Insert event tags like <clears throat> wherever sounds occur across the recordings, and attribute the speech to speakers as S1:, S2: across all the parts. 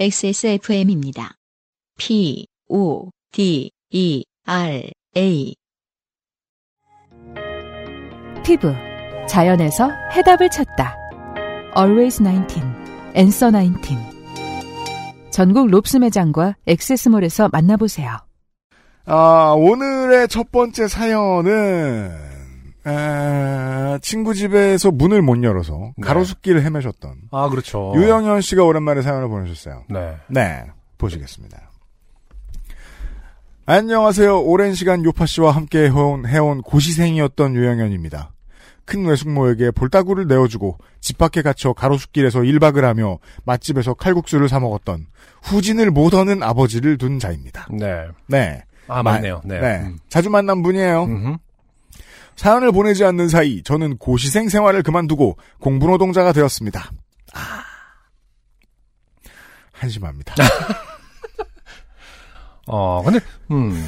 S1: XSFM입니다. P, O, D, E, R, A.
S2: 피부 자연에서 해답을 찾다. Always 19, Answer 19. 전국 롭스 매장과 액세스몰에서 만나보세요.
S3: 아, 오늘의 첫 번째 사연은, 아, 친구 집에서 문을 못 열어서
S4: 네.
S3: 가로수길을 헤매셨던
S4: 아, 그렇죠.
S3: 유영현 씨가 오랜만에 사연을 보내셨어요.
S4: 네.
S3: 어. 네, 보시겠습니다. 안녕하세요. 오랜 시간 요파 씨와 함께 해온, 해온 고시생이었던 유영현입니다. 큰 외숙모에게 볼따구를 내어주고 집 밖에 갇혀 가로수길에서 1박을 하며 맛집에서 칼국수를 사 먹었던 후진을 못 얻는 아버지를 둔 자입니다.
S4: 네.
S3: 네.
S4: 아, 맞네요. 네.
S3: 네.
S4: 음.
S3: 자주 만난 분이에요.
S4: 음흠.
S3: 사연을 보내지 않는 사이 저는 고시생 생활을 그만두고 공부노동자가 되었습니다. 아. 한심합니다.
S4: 어, 근데, 음,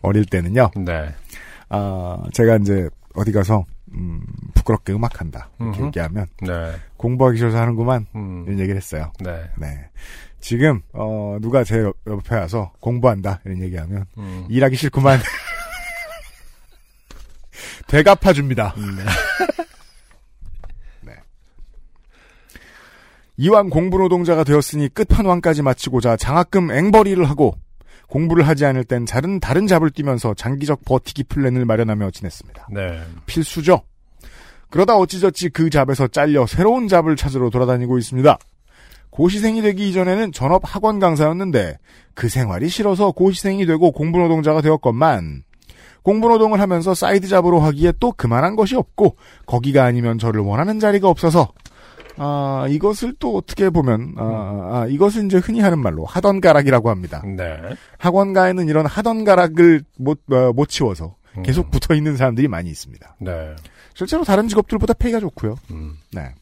S3: 어릴 때는요.
S4: 네.
S3: 아, 제가 이제 어디 가서 음, 부끄럽게 음악한다 이렇게
S4: 음흠.
S3: 얘기하면
S4: 네.
S3: 공부하기 싫어서 하는구만
S4: 음,
S3: 이런 얘기를 했어요.
S4: 네.
S3: 네. 지금 어, 누가 제 옆- 옆에 와서 공부한다 이런 얘기하면
S4: 음.
S3: 일하기 싫구만. 대갚아 줍니다. <laughs> 네. 이왕 공부 노동자가 되었으니 끝판왕까지 마치고자 장학금 앵벌이를 하고 공부를 하지 않을 땐 다른 다른 잡을 뛰면서 장기적 버티기 플랜을 마련하며 지냈습니다.
S4: 네.
S3: 필수죠. 그러다 어찌저찌 그 잡에서 잘려 새로운 잡을 찾으러 돌아다니고 있습니다. 고시생이 되기 이전에는 전업 학원 강사였는데 그 생활이 싫어서 고시생이 되고 공부노동자가 되었건만 공부노동을 하면서 사이드 잡으로 하기에 또 그만한 것이 없고 거기가 아니면 저를 원하는 자리가 없어서 아 이것을 또 어떻게 보면 아, 아, 이것은 이제 흔히 하는 말로 하던 가락이라고 합니다.
S4: 네.
S3: 학원가에는 이런 하던 가락을 못, 어, 못 치워서
S4: 음.
S3: 계속 붙어 있는 사람들이 많이 있습니다.
S4: 네.
S3: 실제로 다른 직업들보다 페이가 좋고요.
S4: 음.
S3: 네.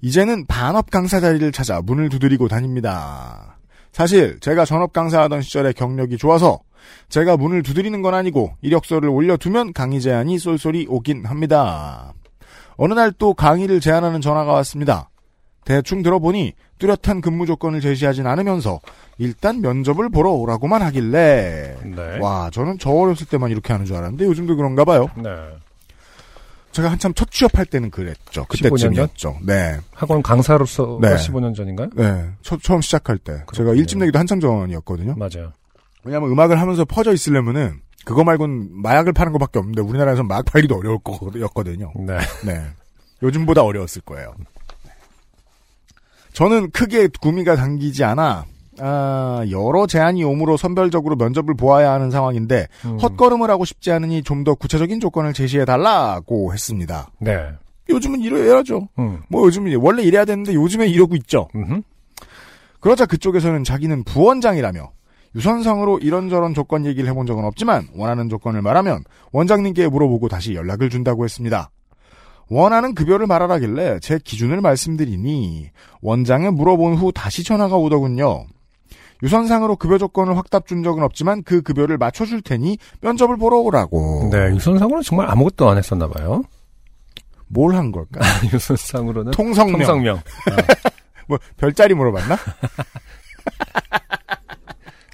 S3: 이제는 반업 강사 자리를 찾아 문을 두드리고 다닙니다. 사실 제가 전업 강사하던 시절에 경력이 좋아서 제가 문을 두드리는 건 아니고 이력서를 올려두면 강의 제안이 쏠쏠이 오긴 합니다. 어느 날 또 강의를 제안하는 전화가 왔습니다. 대충 들어보니 뚜렷한 근무 조건을 제시하진 않으면서 일단 면접을 보러 오라고만 하길래
S4: 네.
S3: 와 저는 저 어렸을 때만 이렇게 하는 줄 알았는데 요즘도 그런가 봐요.
S4: 네.
S3: 제가 한참 첫 취업할 때는 그랬죠. 그때쯤이었죠. 네.
S4: 학원 강사로서
S3: 네.
S4: 15년 전인가요?
S3: 네. 처, 음 시작할 때. 제가
S4: 그렇군요.
S3: 일집 내기도 한참 전이었거든요.
S4: 맞아요.
S3: 왜냐면 음악을 하면서 퍼져 있으려면은 그거 말고는 마약을 파는 것밖에 없는데 우리나라에서 막 팔기도 어려울 거였거든요.
S4: 네.
S3: 네. 요즘보다 어려웠을 거예요. 네. 저는 크게 구미가 당기지 않아 아, 여러 제안이 오므로 선별적으로 면접을 보아야 하는 상황인데
S4: 음.
S3: 헛걸음을 하고 싶지 않으니 좀 더 구체적인 조건을 제시해 달라고 했습니다.
S4: 네.
S3: 요즘은 이래야죠.
S4: 음.
S3: 뭐 요즘 원래 이래야 되는데 요즘에 이러고 있죠.
S4: 음.
S3: 그러자 그쪽에서는 자기는 부원장이라며 유선상으로 이런저런 조건 얘기를 해본 적은 없지만 원하는 조건을 말하면 원장님께 물어보고 다시 연락을 준다고 했습니다. 원하는 급여를 말하라길래 제 기준을 말씀드리니 원장에 물어본 후 다시 전화가 오더군요. 유선상으로 급여 조건을 확답 준 적은 없지만 그 급여를 맞춰줄 테니 면접을 보러 오라고.
S4: 네. 유선상으로는 정말 아무것도 안 했었나 봐요. <laughs>
S3: 뭘 한 <laughs> 걸까?
S4: 유선상으로는
S3: 통성명.
S4: 통성명.
S3: 뭐 별자리 물어봤나?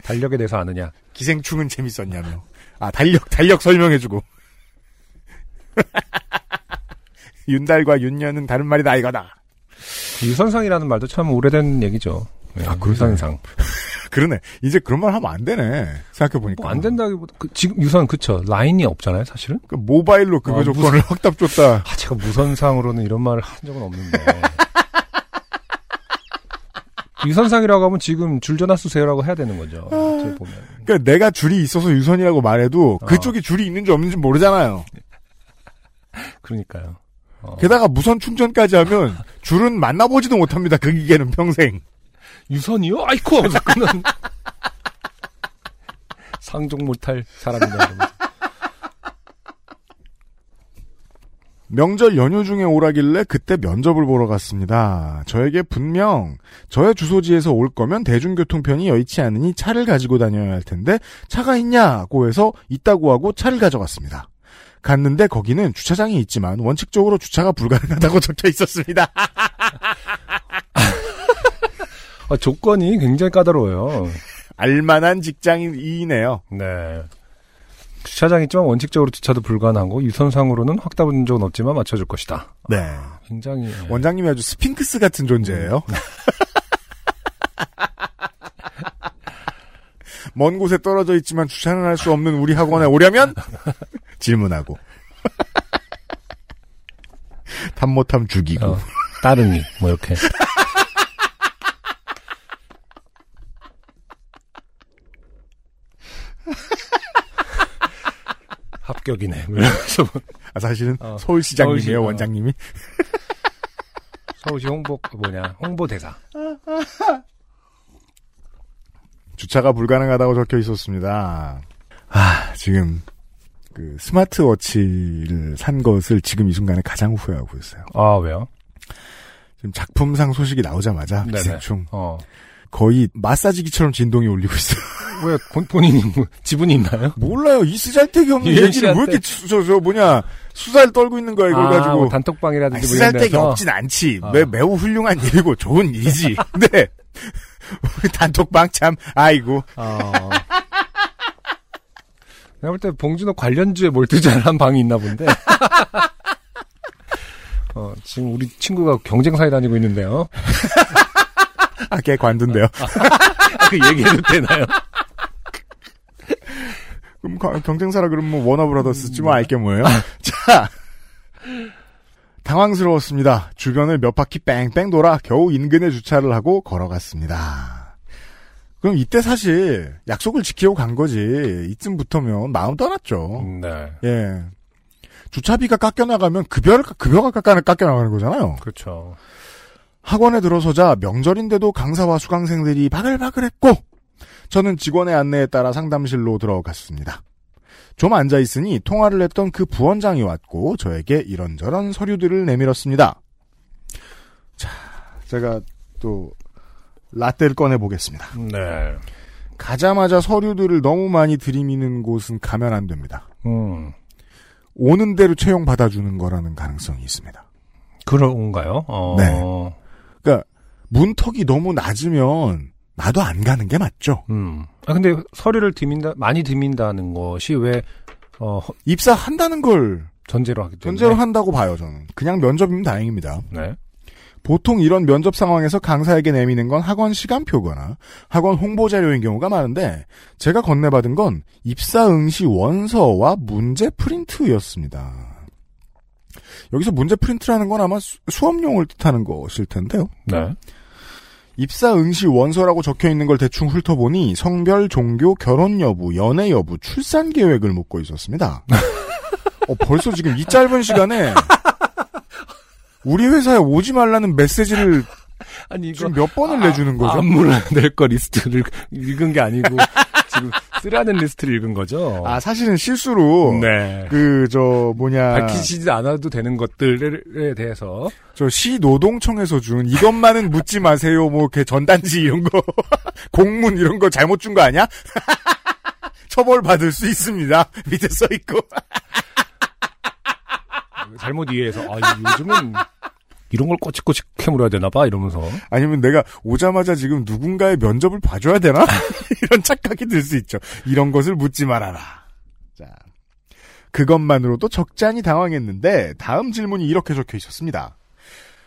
S4: 달력에 대해서 아느냐.
S3: 기생충은 재밌었냐며. 아, 달력, 달력 설명해주고. <laughs> 윤달과 윤년은 다른 말이다, 이거다.
S4: 유선상이라는 말도 참 오래된 얘기죠. 네,
S3: 아, 그러네.
S4: 유선상.
S3: 그러네. 이제 그런 말 하면 안 되네. 생각해보니까.
S4: 뭐 안 된다기보다 그, 지금 유선 그쵸 라인이 없잖아요 사실은.
S3: 그 모바일로 급여
S4: 아,
S3: 조건을 확답 줬다.
S4: 아 제가 무선상으로는 이런 말을 한 적은 없는데. <laughs> 유선상이라고 하면 지금 줄전화 쓰세요라고 해야 되는 거죠. 어떻게 보면.
S3: 그러니까 내가 줄이 있어서 유선이라고 말해도
S4: 어.
S3: 그쪽이 줄이 있는지 없는지 모르잖아요.
S4: 그러니까요. 어.
S3: 게다가 무선 충전까지 하면 줄은 만나보지도 못합니다. 그 기계는 평생.
S4: 유선이요? 아이쿠! 하면서 끊는. <laughs> 상종 못할 사람이다. 이러면서.
S3: 명절 연휴 중에 오라길래 그때 면접을 보러 갔습니다. 저에게 분명 저의 주소지에서 올 거면 대중교통편이 여의치 않으니 차를 가지고 다녀야 할 텐데 차가 있냐고 해서 있다고 하고 차를 가져갔습니다. 갔는데 거기는 주차장이 있지만 <laughs> 원칙적으로 주차가 불가능하다고 적혀 있었습니다.
S4: 아, 조건이 굉장히 까다로워요.
S3: 알만한 직장인이네요.
S4: 네. 주차장이 좀 원칙적으로 주차도 불가능하고 유선상으로는 확답은 적은 없지만 맞춰줄 것이다.
S3: 네.
S4: 굉장히 예. 음.
S3: 원장님이 아주 스핑크스 같은 존재예요. <laughs> 먼 곳에 떨어져 있지만 주차는 할 수 없는 우리 학원에
S4: <laughs>
S3: 오려면 질문하고 <laughs> 탐 못함 죽이고
S4: 어, 따릉이 뭐 이렇게 <laughs> 합격이네. 뭐 이러면서 뭐
S3: 아, 사실은
S4: 어,
S3: 서울시장님이에요
S4: 서울시- 어. 원장님이.
S3: 원장님이
S4: 서울시 홍보 그 뭐냐 홍보대사.
S3: 주차가 불가능하다고 적혀 있었습니다. 아 지금 그 스마트워치를 산 것을 지금 이 순간에 가장 후회하고 있어요.
S4: 아 왜요?
S3: 지금 작품상 소식이 나오자마자
S4: 네네.
S3: 기생충
S4: 어.
S3: 거의 마사지기처럼 진동이 울리고 있어요.
S4: 왜 본- 본인이 뭐 지분이 있나요?
S3: <laughs> 몰라요. 이 쓰잘데기 없는
S4: 이현
S3: 얘기를 왜
S4: 씨한테.
S3: 이렇게 저 저 뭐냐 수사를 떨고 있는 거야 이걸
S4: 아,
S3: 가지고.
S4: 뭐 단톡방이라든지
S3: 아니,
S4: 뭐 이런
S3: 쓰잘데기
S4: 데서
S3: 없진 않지.
S4: 아.
S3: 매, 매우 훌륭한 일이고 좋은 일이지. <laughs> 근데 우리 단톡방 참 아이고
S4: 어. 내가 볼 때 봉준호 관련주에 몰두지 않은 방이 있나 본데. 어, 지금 우리 친구가 경쟁사에 다니고 있는데요.
S3: 아걔 관둔대요.
S4: 아, 그 얘기해도 되나요?
S3: 그럼 거- 경쟁사라 그러면 뭐 워너브라더스지 뭐 알게 뭐예요. <laughs> 자 당황스러웠습니다. 주변을 몇 바퀴 뺑뺑 돌아 겨우 인근에 주차를 하고 걸어갔습니다. 그럼 이때 사실 약속을 지키고 간 거지 이쯤부터면 마음 떠났죠.
S4: 음, 네.
S3: 예. 주차비가 깎여 나가면 급여를 깎- 급여가 깎여 깎여 나가는 거잖아요.
S4: 그렇죠.
S3: 학원에 들어서자 명절인데도 강사와 수강생들이 바글바글했고 저는 직원의 안내에 따라 상담실로 들어갔습니다. 좀 앉아 있으니 통화를 했던 그 부원장이 왔고 저에게 이런저런 서류들을 내밀었습니다. 자, 제가 또 라떼를 꺼내 보겠습니다.
S4: 네.
S3: 가자마자 서류들을 너무 많이 들이미는 곳은 가면 안 됩니다.
S4: 음,
S3: 오는 대로 채용 받아주는 거라는 가능성이 있습니다.
S4: 그런가요? 어.
S3: 네. 그러니까 문턱이 너무 낮으면 나도 안 가는 게 맞죠.
S4: 음. 아, 근데 서류를 드민다, 많이 드민다는 것이 왜, 어, 허-
S3: 입사한다는 걸
S4: 전제로 하기 때문에.
S3: 전제로 한다고 봐요, 저는. 그냥 면접이면 다행입니다.
S4: 네.
S3: 보통 이런 면접 상황에서 강사에게 내미는 건 학원 시간표거나 학원 홍보 자료인 경우가 많은데 제가 건네받은 건 입사 응시 원서와 문제 프린트였습니다. 여기서 문제 프린트라는 건 아마 수- 수업용을 뜻하는 것일 텐데요.
S4: 네.
S3: 입사 응시 원서라고 적혀 있는 걸 대충 훑어보니 성별, 종교, 결혼 여부, 연애 여부, 출산 계획을 묻고
S4: <laughs>
S3: 있었습니다. 어, 벌써 지금 이 짧은 시간에 우리 회사에 오지 말라는 메시지를
S4: 아니, 이거.
S3: 지금 몇 번을 내주는
S4: 뭐
S3: 거죠?
S4: 안무를 낼거 리스트를 <laughs> 읽은 게 아니고, 지금 쓰라는 리스트를 읽은 거죠.
S3: 아 사실은 실수로
S4: 네.
S3: 그 저 뭐냐
S4: 밝히시지 않아도 되는 것들에 대해서
S3: 저 시 노동청에서 준 이것만은 묻지 마세요 뭐 이렇게 전단지 이런 거 <laughs> 공문 이런 거 잘못 준 거 아니야? <laughs> 처벌 받을 수 있습니다 밑에 써 있고
S4: 잘못 이해해서 아 요즘은 이런 걸 꼬치꼬치 캐물어야 되나 봐 이러면서
S3: 아니면 내가 오자마자 지금 누군가의 면접을 봐줘야 되나? <laughs> 이런 착각이 들 수 있죠. 이런 것을 묻지 말아라. 자. 그것만으로도 적잖이 당황했는데, 다음 질문이 이렇게 적혀 있었습니다.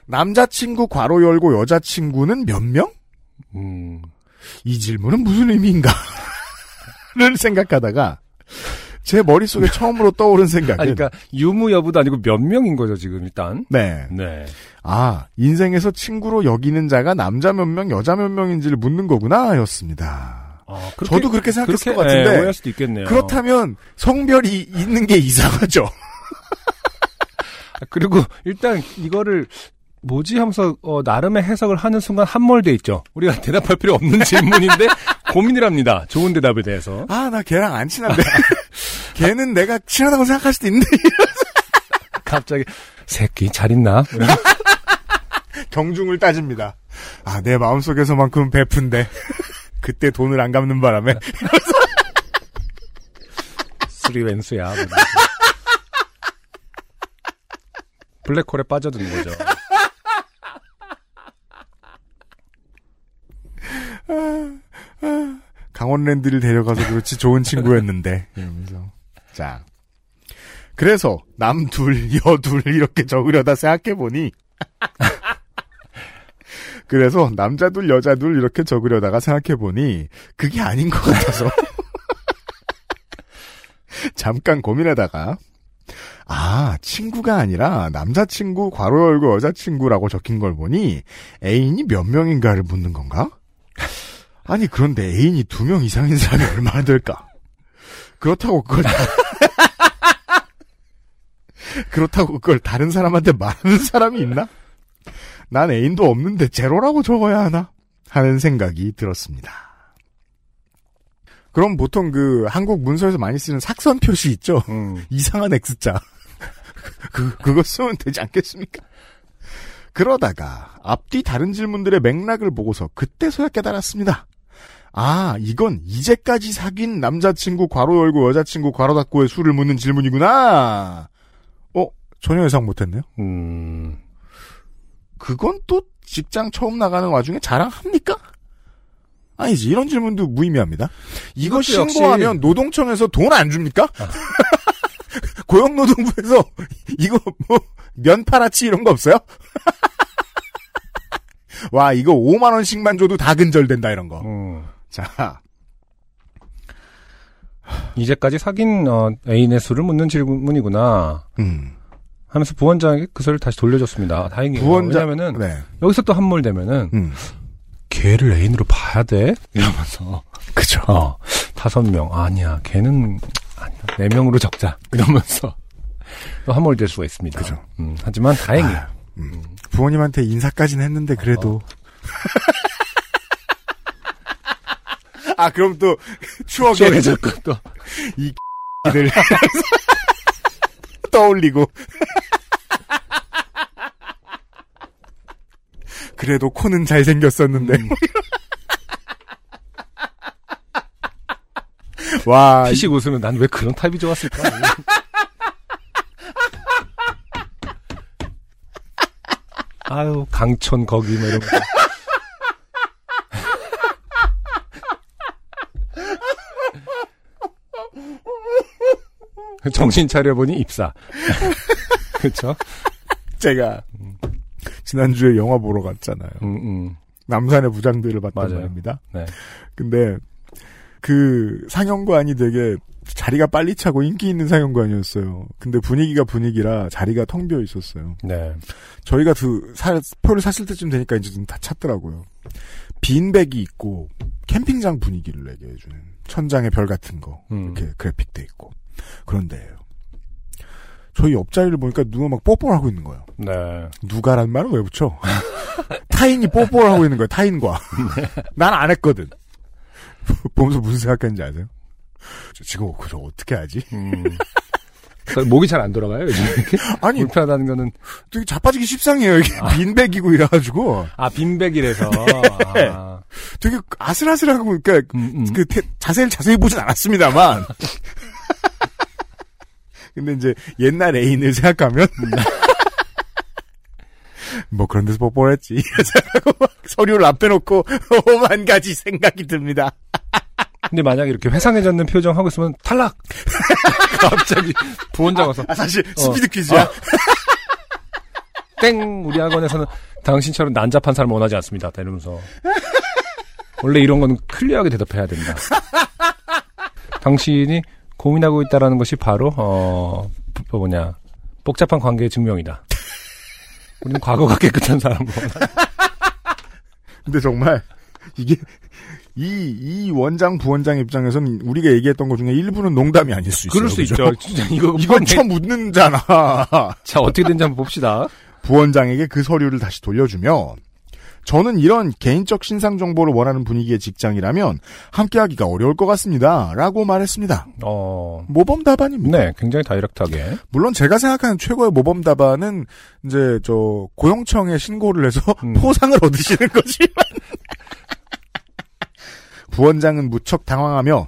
S3: 남자친구 괄호 열고 여자친구는 몇 명?
S4: 음
S3: 이 질문은 무슨 의미인가? <laughs> 를 생각하다가, 제 머릿속에 처음으로 떠오른 생각은,
S4: 아니, 그러니까 유무 여부도 아니고 몇 명인 거죠 지금 일단
S3: 네.
S4: 네
S3: 아, 인생에서 친구로 여기는 자가 남자 몇 명, 여자 몇 명인지를 묻는 거구나, 였습니다.
S4: 아,
S3: 저도 그렇게 생각했을
S4: 그렇게,
S3: 것 같은데.
S4: 예, 오해할 수도 있겠네요
S3: 그렇다면 성별이 있는 게 이상하죠.
S4: 아, 그리고 일단 이거를 뭐지 하면서 어, 나름의 해석을 하는 순간 함몰돼 있죠 우리가 <laughs> 대답할 필요 없는 질문인데
S3: <laughs>
S4: 고민을 합니다 좋은 대답에 대해서
S3: <laughs> 아, 나 걔랑 안 친한데. <laughs> 걔는 내가 친하다고 생각할 수도 있는데.
S4: 갑자기 새끼 잘 있나
S3: <laughs> 경중을 따집니다. 아, 내 마음속에서만큼 베푼데. <laughs> 그때 돈을 안 갚는 바람에.
S4: 쓰리 왼수야. <laughs> 뭐 이러면서. 블랙홀에 빠져드는 거죠.
S3: 강원랜드를 데려가서 그렇지 좋은 친구였는데. 이러면서. 자. 그래서 남 둘, 여 둘 이렇게 적으려다 생각해보니 <laughs> 그래서 남자 둘, 여자 둘 이렇게 적으려다가 생각해보니 그게 아닌 것 같아서 <laughs> 잠깐 고민하다가 아, 친구가 아니라 남자친구, 괄호 열고 여자친구라고 적힌 걸 보니 애인이 몇 명인가를 묻는 건가? 아니, 그런데 애인이 두 명 이상인 사람이 <laughs> 얼마나 될까? 그렇다고 그걸 다- <laughs> 그렇다고 그걸 다른 사람한테 말하는 사람이 있나? 난 애인도 없는데 제로라고 적어야 하나? 하는 생각이 들었습니다. 그럼 보통 그 한국 문서에서 많이 쓰는 삭선 표시 있죠?
S4: 음.
S3: 이상한 X자. <laughs> 그, 그거 쓰면 되지 않겠습니까? 그러다가 앞뒤 다른 질문들의 맥락을 보고서 그때서야 깨달았습니다. 아, 이건 이제까지 사귄 남자친구 괄호 열고 여자친구 괄호 닫고의 수를 묻는 질문이구나. 어, 전혀 예상 못했네요.
S4: 음.
S3: 그건 또 직장 처음 나가는 와중에 자랑합니까? 아니지, 이런 질문도 무의미합니다. 이거
S4: 이것도 역시- 아.
S3: 신고하면 노동청에서 돈 안 줍니까? <laughs> 고용노동부에서 <laughs> 이거 뭐 면파라치 이런 거 없어요? <laughs> 와, 이거 5만 원씩만 줘도 다 근절된다 이런 거.
S4: 음.
S3: 자,
S4: 이제까지 사귄 어, 애인의 수를 묻는 질문이구나
S3: 음,
S4: 하면서 부원장에게 그 소리를 다시 돌려줬습니다. 다행이에요.
S3: 부원장-
S4: 왜냐면은
S3: 네,
S4: 여기서 또 함몰되면은
S3: 음,
S4: 걔를 애인으로 봐야 돼 이러면서
S3: 그죠.
S4: 어 다섯 명 아니야 걔는 아니야 네 명으로 적자 이러면서 <laughs> 또 함몰될 수가 있습니다.
S3: 그죠. 아,
S4: 음, 하지만 다행이에요.
S3: 부모님한테 인사까지는 했는데 그래도. 아, 그럼 또 추억의
S4: 추억의 접근 또
S3: 이들 <laughs> 떠올리고 그래도 코는 잘생겼었는데
S4: 음.
S3: <laughs> 와
S4: 피식 웃으면 난 왜 그런 타입이 좋았을까? <laughs> 아유 강촌 거기 <laughs> 뭐 이런 거. 정신 차려보니 입사. <laughs> 그쵸?
S3: 제가 지난주에 영화 보러 갔잖아요
S4: 음, 음.
S3: 남산의 부장들을 봤단
S4: 맞아요.
S3: 말입니다
S4: 네.
S3: 근데 그 상영관이 되게 자리가 빨리 차고 인기 있는 상영관이었어요 근데 분위기가 분위기라 자리가 텅 비어 있었어요
S4: 네.
S3: 저희가 그 사- 표를 샀을 때쯤 되니까 이제 좀 다 찼더라고요. 빈백이 있고 캠핑장 분위기를 내게 해주는 천장의 별 같은 거
S4: 음.
S3: 이렇게 그래픽돼 있고 그런데 저희 옆자리를 보니까 누가 막 뽀뽀를 하고 있는 거예요.
S4: 네.
S3: 누가란 말은 왜 붙여? <laughs> 타인이 뽀뽀를 하고 있는 거예요. 타인과 난 안 했거든. 보면서 무슨 생각했는지 아세요? 저 지금 그저 어떻게 하지?
S4: 음. 그 목이 잘 안 <laughs> 돌아가요, 요즘 이렇게?
S3: 아니
S4: 불편하다는 거는
S3: 되게 자빠지기 십상이에요. 이게 빈백이고 이래가지고
S4: 아, <laughs> 빈백이라서. 아.
S3: 되게 아슬아슬하고 그러니까
S4: 음, 음.
S3: 그 태- 자세를 자세히 보진 않았습니다만. 근데 이제 옛날 애인을 생각하면 <laughs> 뭐 그런 데서 뽀뽀를 했지 <laughs> 생각하고 막 서류를 앞에 놓고 <laughs> 오만 가지 생각이 듭니다.
S4: 근데 만약에 이렇게 회상해졌는 표정 하고 있으면 탈락! <laughs> 갑자기 부원장 와서
S3: 아 사실 스피드 퀴즈야.
S4: 땡! 우리 학원에서는 당신처럼 난잡한 사람 원하지 않습니다. 다 이러면서. 원래 이런 건 클리어하게 대답해야 된다. 당신이 고민하고 있다라는 것이 바로, 어, 뭐 뭐냐. 복잡한 관계의 증명이다. 우리는 과거가 깨끗한 사람으로.
S3: <laughs> 근데 정말 이게 이 이 원장 부원장 입장에서는 우리가 얘기했던 것 중에 일부는 농담이 아닐 수 있어요. 그죠?
S4: 진짜 이거,
S3: <laughs> 이건 처음 묻는잖아.
S4: 자, 어떻게 된지 한번 봅시다.
S3: 부원장에게 그 서류를 다시 돌려주며 저는 이런 개인적 신상 정보를 원하는 분위기의 직장이라면 함께하기가 어려울 것 같습니다. 라고 말했습니다.
S4: 어,
S3: 모범 답안입니다.
S4: 네, 굉장히 다이렉트하게.
S3: 물론 제가 생각하는 최고의 모범 답안은 이제 저 고용청에 신고를 해서 <laughs>
S4: 음.
S3: 포상을 얻으시는 <laughs> 거지만 부원장은 무척 당황하며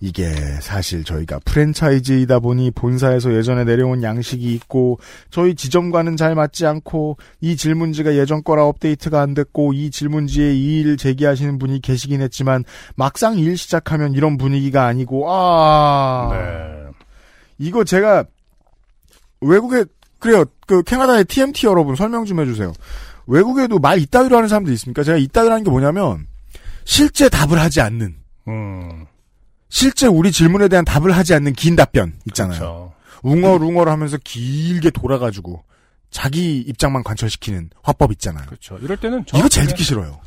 S3: 이게 사실 저희가 프랜차이즈이다 보니 본사에서 예전에 내려온 양식이 있고 저희 지점과는 잘 맞지 않고 이 질문지가 예전 거라 업데이트가 안 됐고 이 질문지에 이의를 제기하시는 분이 계시긴 했지만 막상 일 시작하면 이런 분위기가 아니고 아
S4: 네.
S3: 이거 제가 외국에 그래요 그 캐나다의 TMT 여러분 설명 좀 해주세요. 외국에도 말 이따위로 하는 사람도 있습니까? 제가 이따위라는 게 뭐냐면 실제 답을 하지 않는
S4: 음.
S3: 실제 우리 질문에 대한 답을 하지 않는 긴 답변 있잖아요.
S4: 그렇죠.
S3: 웅얼웅얼 하면서 길게 돌아가지고 자기 입장만 관철시키는 화법 있잖아요.
S4: 그렇죠. 이럴 때는
S3: 이거 제일
S4: 정확하게-
S3: 듣기 싫어요.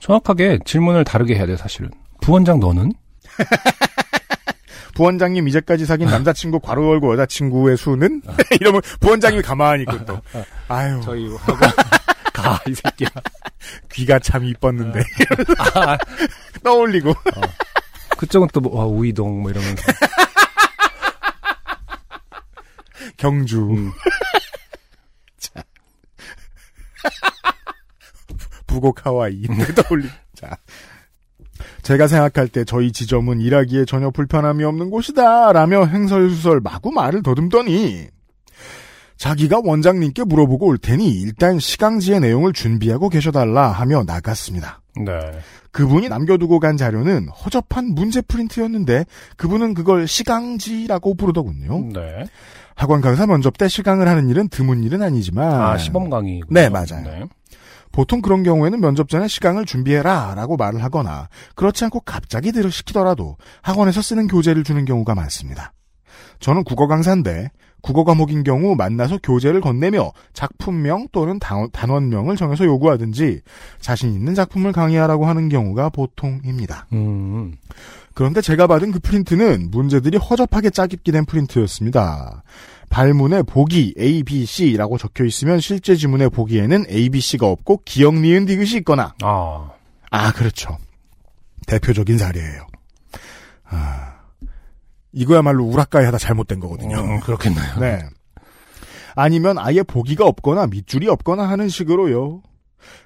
S4: 정확하게 질문을 다르게 해야 돼 사실은. 부원장 너는?
S3: 부원장님 이제까지 사귄 남자친구 괄호 열고 여자친구의 수는 <laughs> 이러면 부원장님이 가만히 있고 또 아유
S4: 아. 저희 뭐 <laughs> 아, 가이 새끼야.
S3: 귀가 참 이뻤는데 <laughs> 떠올리고
S4: 그쪽은 또 뭐, 와, 우이동 뭐 이러면서.
S3: 경주
S4: 음.
S3: <laughs> 자. 북옥 하와이 떠올리 자 음. 제가 생각할 때 저희 지점은 일하기에 전혀 불편함이 없는 곳이다 라며 행설수설 마구 말을 더듬더니 자기가 원장님께 물어보고 올 테니 일단 시강지의 내용을 준비하고 계셔달라 하며 나갔습니다.
S4: 네.
S3: 그분이 남겨두고 간 자료는 허접한 문제 프린트였는데 그분은 그걸 시강지라고 부르더군요.
S4: 네.
S3: 학원 강사 면접 때 시강을 하는 일은 드문 일은 아니지만
S4: 아, 시범 강의.
S3: 네, 맞아요. 보통 그런 경우에는 면접 전에 시강을 준비해라 라고 말을 하거나 그렇지 않고 갑자기 들으시키더라도 학원에서 쓰는 교재를 주는 경우가 많습니다. 저는 국어 강사인데 국어 과목인 경우 만나서 교재를 건네며 작품명 또는 단- 단원명을 정해서 요구하든지 자신 있는 작품을 강의하라고 하는 경우가 보통입니다.
S4: 음.
S3: 그런데 제가 받은 그 프린트는 문제들이 허접하게 짜깁기 된 프린트였습니다. 발문에 보기 A, B, C라고 적혀 있으면 실제 지문에 보기에는 A, B, C가 없고 기억 니은 디귿이 있거나
S4: 아.
S3: 아 그렇죠 대표적인 사례예요. 아 이거야말로 우락가이 하다 잘못된 거거든요.
S4: 음, 그렇겠네요.
S3: 네. 아니면 아예 보기가 없거나 밑줄이 없거나 하는 식으로요.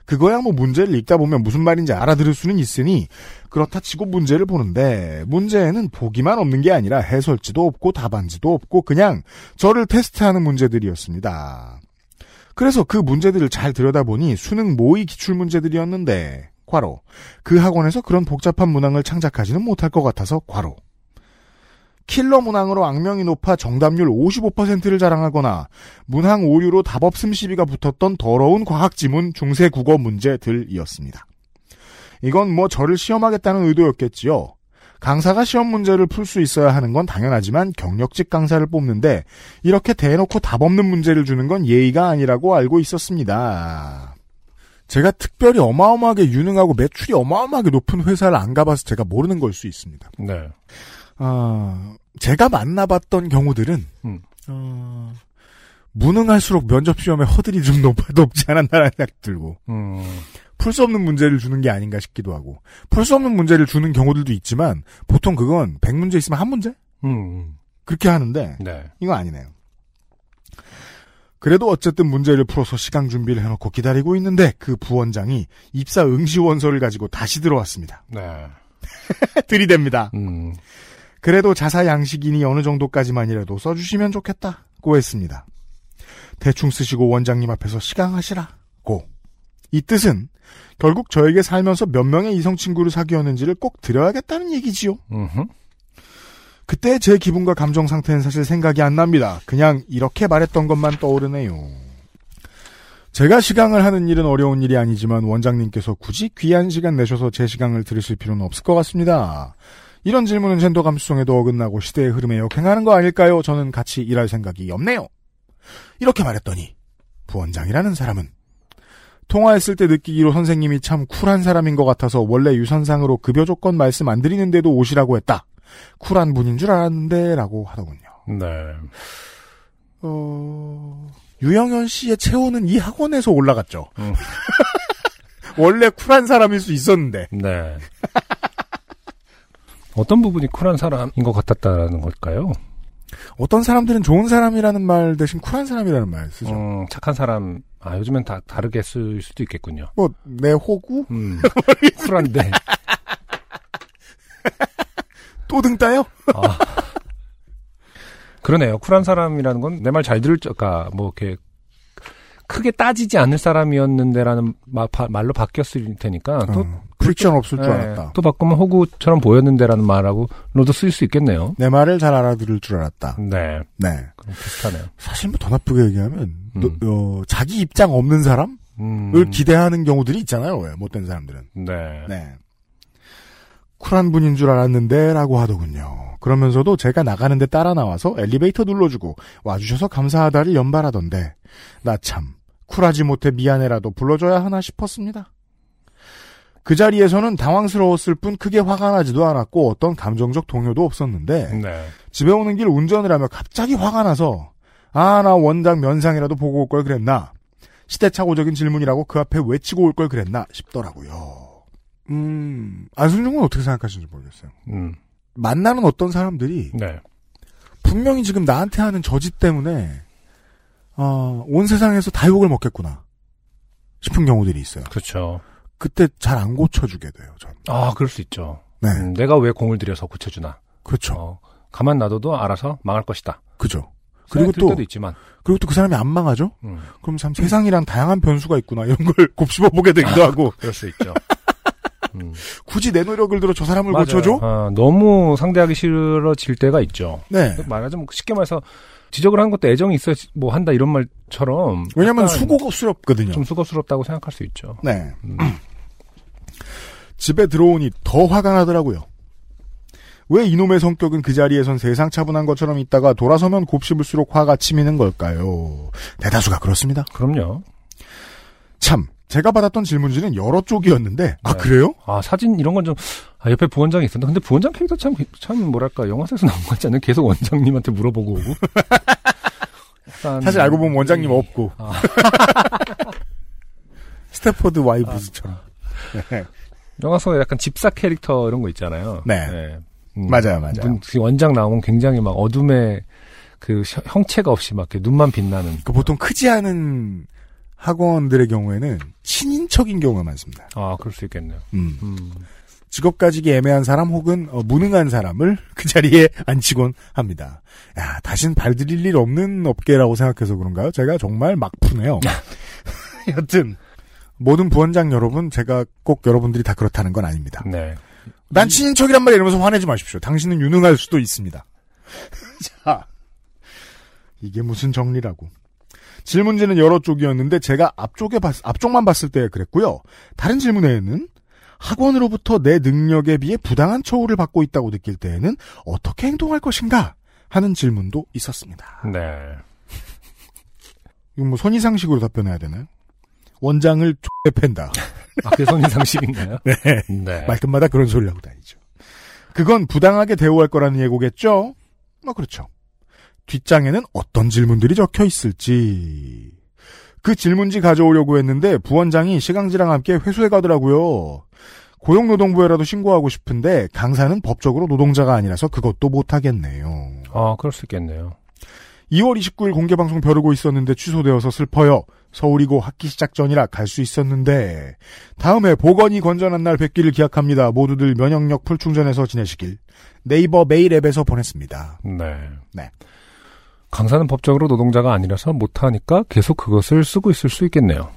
S3: 그거야 뭐 문제를 읽다 보면 무슨 말인지 알아들을 수는 있으니 그렇다 치고 문제를 보는데 문제에는 보기만 없는 게 아니라 해설지도 없고 답안지도 없고 그냥 저를 테스트하는 문제들이었습니다. 그래서 그 문제들을 잘 들여다보니 수능 모의 기출 문제들이었는데 과로 그 학원에서 그런 복잡한 문항을 창작하지는 못할 것 같아서 과로 킬러 문항으로 악명이 높아 정답률 55%를 자랑하거나 문항 오류로 답없음 시비가 붙었던 더러운 과학 지문 중세 국어 문제들이었습니다. 이건 뭐 저를 시험하겠다는 의도였겠지요. 강사가 시험 문제를 풀 수 있어야 하는 건 당연하지만 경력직 강사를 뽑는데 이렇게 대놓고 답 없는 문제를 주는 건 예의가 아니라고 알고 있었습니다. 제가 특별히 어마어마하게 유능하고 매출이 어마어마하게 높은 회사를 안 가봐서 제가 모르는 걸 수 있습니다.
S4: 네.
S3: 아, 제가 만나봤던 경우들은
S4: 음.
S3: 어, 무능할수록 면접 시험의 허들이 좀 높아 높지 않았나라는 생각 들고
S4: 음.
S3: 풀 수 없는 문제를 주는 게 아닌가 싶기도 하고 풀 수 없는 문제를 주는 경우들도 있지만 보통 그건 100문제 있으면 한 문제
S4: 음.
S3: 그렇게 하는데
S4: 네.
S3: 이거 아니네요. 그래도 어쨌든 문제를 풀어서 시간 준비를 해놓고 기다리고 있는데 그 부원장이 입사 응시 원서를 가지고 다시 들어왔습니다. <laughs>
S4: 네.
S3: 들이댑니다.
S4: 음.
S3: 그래도 자사 양식이니 어느 정도까지만이라도 써주시면 좋겠다고 했습니다. 대충 쓰시고 원장님 앞에서 시강하시라고. 이 뜻은 결국 저에게 살면서 몇 명의 이성 친구를 사귀었는지를 꼭 드려야겠다는 얘기지요.
S4: 음흠.
S3: 그때 제 기분과 감정 상태는 사실 생각이 안 납니다. 그냥 이렇게 말했던 것만 떠오르네요. 제가 시강을 하는 일은 어려운 일이 아니지만 원장님께서 굳이 귀한 시간 내셔서 제 시강을 들으실 필요는 없을 것 같습니다. 이런 질문은 젠더 감수성에도 어긋나고 시대의 흐름에 역행하는 거 아닐까요? 저는 같이 일할 생각이 없네요. 이렇게 말했더니 부원장이라는 사람은 통화했을 때 느끼기로 선생님이 참 쿨한 사람인 것 같아서 원래 유선상으로 급여 조건 말씀 안 드리는데도 오시라고 했다. 쿨한 분인 줄 알았는데 라고 하더군요.
S4: 네.
S3: 어... 유영현 씨의 체온은 이 학원에서 올라갔죠.
S4: 음.
S3: <laughs> 원래 쿨한 사람일 수 있었는데.
S4: 네. <laughs> 어떤 부분이 쿨한 사람인 것 같았다라는 걸까요?
S3: 어떤 사람들은 좋은 사람이라는 말 대신 쿨한 사람이라는 말 쓰죠.
S4: 음, 착한 사람, 아, 요즘엔 다 다르게 쓸 수도 있겠군요.
S3: 뭐,
S4: <laughs>
S3: 내 호구?
S4: 음. 쿨한데.
S3: 또 등 따요?
S4: 아. 그러네요. 쿨한 사람이라는 건 내 말 잘 들을 적, 그러니까 뭐 이렇게 크게 따지지 않을 사람이었는데라는 마- 바- 말로 바뀌었을 테니까 또,
S3: 어, 프릭션 없을 줄
S4: 예,
S3: 알았다.
S4: 또 바꾸면 호구처럼 보였는데라는 말하고 로도 쓸 수 있겠네요.
S3: 내 말을 잘 알아들을 줄 알았다.
S4: 네,
S3: 네.
S4: 그럼 비슷하네요.
S3: 사실 뭐 더 나쁘게 얘기하면
S4: 음.
S3: 너- 어, 자기 입장 없는 사람을
S4: 음,
S3: 기대하는 경우들이 있잖아요. 왜, 못된 사람들은.
S4: 네.
S3: 네. 쿨한 분인 줄 알았는데 라고 하더군요. 그러면서도 제가 나가는데 따라 나와서 엘리베이터 눌러주고 와주셔서 감사하다를 연발하던데 나 참 쿨하지 못해 미안해라도 불러줘야 하나 싶었습니다. 그 자리에서는 당황스러웠을 뿐 크게 화가 나지도 않았고 어떤 감정적 동요도 없었는데
S4: 네.
S3: 집에 오는 길 운전을 하며 갑자기 화가 나서 아 나 원장 면상이라도 보고 올 걸 그랬나 시대착오적인 질문이라고 그 앞에 외치고 올 걸 그랬나 싶더라고요. 음 안승준은 어떻게 생각하시는지 모르겠어요.
S4: 음,
S3: 만나는 어떤 사람들이
S4: 네.
S3: 분명히 지금 나한테 하는 저지 때문에 어, 온 세상에서 다 욕을 먹겠구나 싶은 경우들이 있어요.
S4: 그렇죠.
S3: 그때 잘 안 고쳐주게 돼요. 전.
S4: 아, 그럴 수 있죠.
S3: 네,
S4: 음, 내가 왜 공을 들여서 고쳐주나.
S3: 그렇죠.
S4: 어, 가만 놔둬도 알아서 망할 것이다.
S3: 그죠. 그리고
S4: 생각이 들
S3: 또-
S4: 때도 있지만.
S3: 그리고 또 그 사람이 안 망하죠?
S4: 음,
S3: 그럼 참 세상이란 다양한 변수가 있구나 이런 걸 <laughs> 곱씹어 보게 되기도 하고
S4: 그럴 수 있죠. 음.
S3: 굳이 내 노력을 들어 저 사람을
S4: 맞아요.
S3: 고쳐줘?
S4: 아, 너무 상대하기 싫어질 때가 있죠.
S3: 네.
S4: 말하자면 뭐 쉽게 말해서 지적을 한 것도 애정이 있어 뭐 한다 이런 말처럼
S3: 왜냐면
S4: 약간
S3: 수고가 수렵거든요.
S4: 좀 수고스럽다고 생각할 수 있죠.
S3: 네.
S4: 음.
S3: <clears throat> 집에 들어오니 더 화가 나더라고요. 왜 이놈의 성격은 그 자리에선 세상 차분한 것처럼 있다가 돌아서면 곱씹을수록 화가 치미는 걸까요? 대다수가 그렇습니다.
S4: 그럼요.
S3: 참, 제가 받았던 질문지는 여러 쪽이었는데, 아,
S4: 네.
S3: 그래요?
S4: 아 사진 이런 건 좀 아, 옆에 부원장이 있었나? 근데 부원장 캐릭터 참 참 뭐랄까 영화에서 <laughs> 나온 것 같지 않아요? 계속 원장님한테 물어보고 오고. 약간-
S3: 사실 알고 보면 원장님 없고.
S4: 아.
S3: 스태포드 와이브스처럼.
S4: 아,
S3: 네.
S4: 영화 속에 약간 집사 캐릭터 이런 거 있잖아요.
S3: 네.
S4: 음,
S3: 맞아요, 맞아요.
S4: 눈- 그 원장 나오면 굉장히 막 어둠에 그 혀- 형체가 없이 막 이렇게 눈만 빛나는.
S3: 그 보통 크지 않은 학원들의 경우에는 친인척인 경우가 많습니다.
S4: 아 그럴 수 있겠네요.
S3: 음.
S4: 음.
S3: 직업 가지기 애매한 사람 혹은 어, 무능한 사람을 그 자리에 <laughs> 앉히곤 합니다. 야, 다신 발들일 일 없는 업계라고 생각해서 그런가요? 제가 정말 막푸네요. <laughs> 여튼 모든 부원장 여러분, 제가 꼭 여러분들이 다 그렇다는 건 아닙니다.
S4: 네.
S3: 난 친인척이란 말이야 이러면서 화내지 마십시오. 당신은 유능할 수도 있습니다. <laughs> 자, 이게 무슨 정리라고. 질문지는 여러 쪽이었는데 제가 앞쪽에 봤, 앞쪽만 봤을 때 그랬고요. 다른 질문에는 학원으로부터 내 능력에 비해 부당한 처우를 받고 있다고 느낄 때에는 어떻게 행동할 것인가 하는 질문도 있었습니다.
S4: 네.
S3: 이건 뭐 선의상식으로 답변해야 되나요? 원장을 X에 팬다.
S4: 아, 그게 손인상식인가요? <laughs> 네. 네.
S3: 말끝마다 그런 소리를 하고 다니죠. 그건 부당하게 대우할 거라는 예고겠죠? 뭐 그렇죠. 뒷장에는 어떤 질문들이 적혀 있을지. 그 질문지 가져오려고 했는데 부원장이 시강지랑 함께 회수해 가더라고요. 고용노동부에라도 신고하고 싶은데 강사는 법적으로 노동자가 아니라서 그것도 못하겠네요.
S4: 아, 그럴 수 있겠네요.
S3: 2월 29일 공개방송 벼르고 있었는데 취소되어서 슬퍼요. 서울이고 학기 시작 전이라 갈 수 있었는데 다음에 보건이 건전한 날 뵙기를 기약합니다. 모두들 면역력 풀충전해서 지내시길 네이버 메일 앱에서 보냈습니다.
S4: 네.
S3: 네.
S4: 강사는 법적으로 노동자가 아니라서 못하니까 계속 그것을 쓰고 있을 수 있겠네요.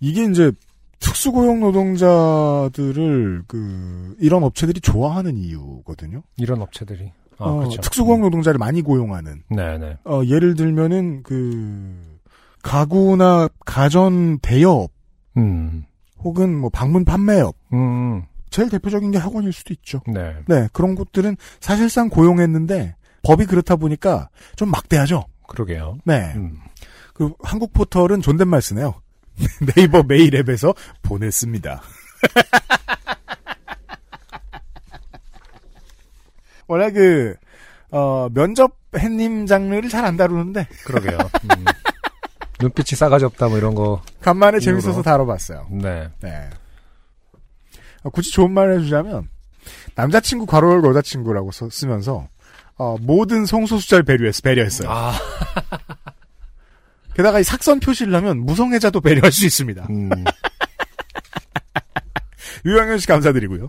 S3: 이게 이제 특수고용 노동자들을 그 이런 업체들이 좋아하는 이유거든요.
S4: 이런 업체들이. 아,
S3: 어,
S4: 그렇죠. 음.
S3: 특수고용 노동자를 많이 고용하는
S4: 네네.
S3: 어, 예를 들면은 그 가구나 가전 대여업
S4: 음.
S3: 혹은 뭐 방문 판매업
S4: 음.
S3: 제일 대표적인 게 학원일 수도 있죠.
S4: 네.
S3: 네, 그런 곳들은 사실상 고용했는데 법이 그렇다 보니까 좀 막대하죠.
S4: 그러게요.
S3: 네.
S4: 음.
S3: 그 한국 포털은 존댓말 쓰네요. <laughs> 네이버 메일 앱에서 보냈습니다. <laughs> 원래 그, 어, 면접 햇님 장르를 잘 안 다루는데,
S4: 그러게요. 음. 눈빛이 싸가지 없다 뭐 이런 거.
S3: 간만에
S4: 이유로.
S3: 재밌어서 다뤄봤어요.
S4: 네.
S3: 네. 어, 굳이 좋은 말을 해주자면 남자친구 괄호열 여자친구라고 써- 쓰면서 어, 모든 성소수자를 배려했어 배려했어요.
S4: 아.
S3: 게다가 이 삭선 표시를 하면 무성애자도 <laughs> 배려할 수 있습니다.
S4: 음.
S3: 유영현 씨 감사드리고요.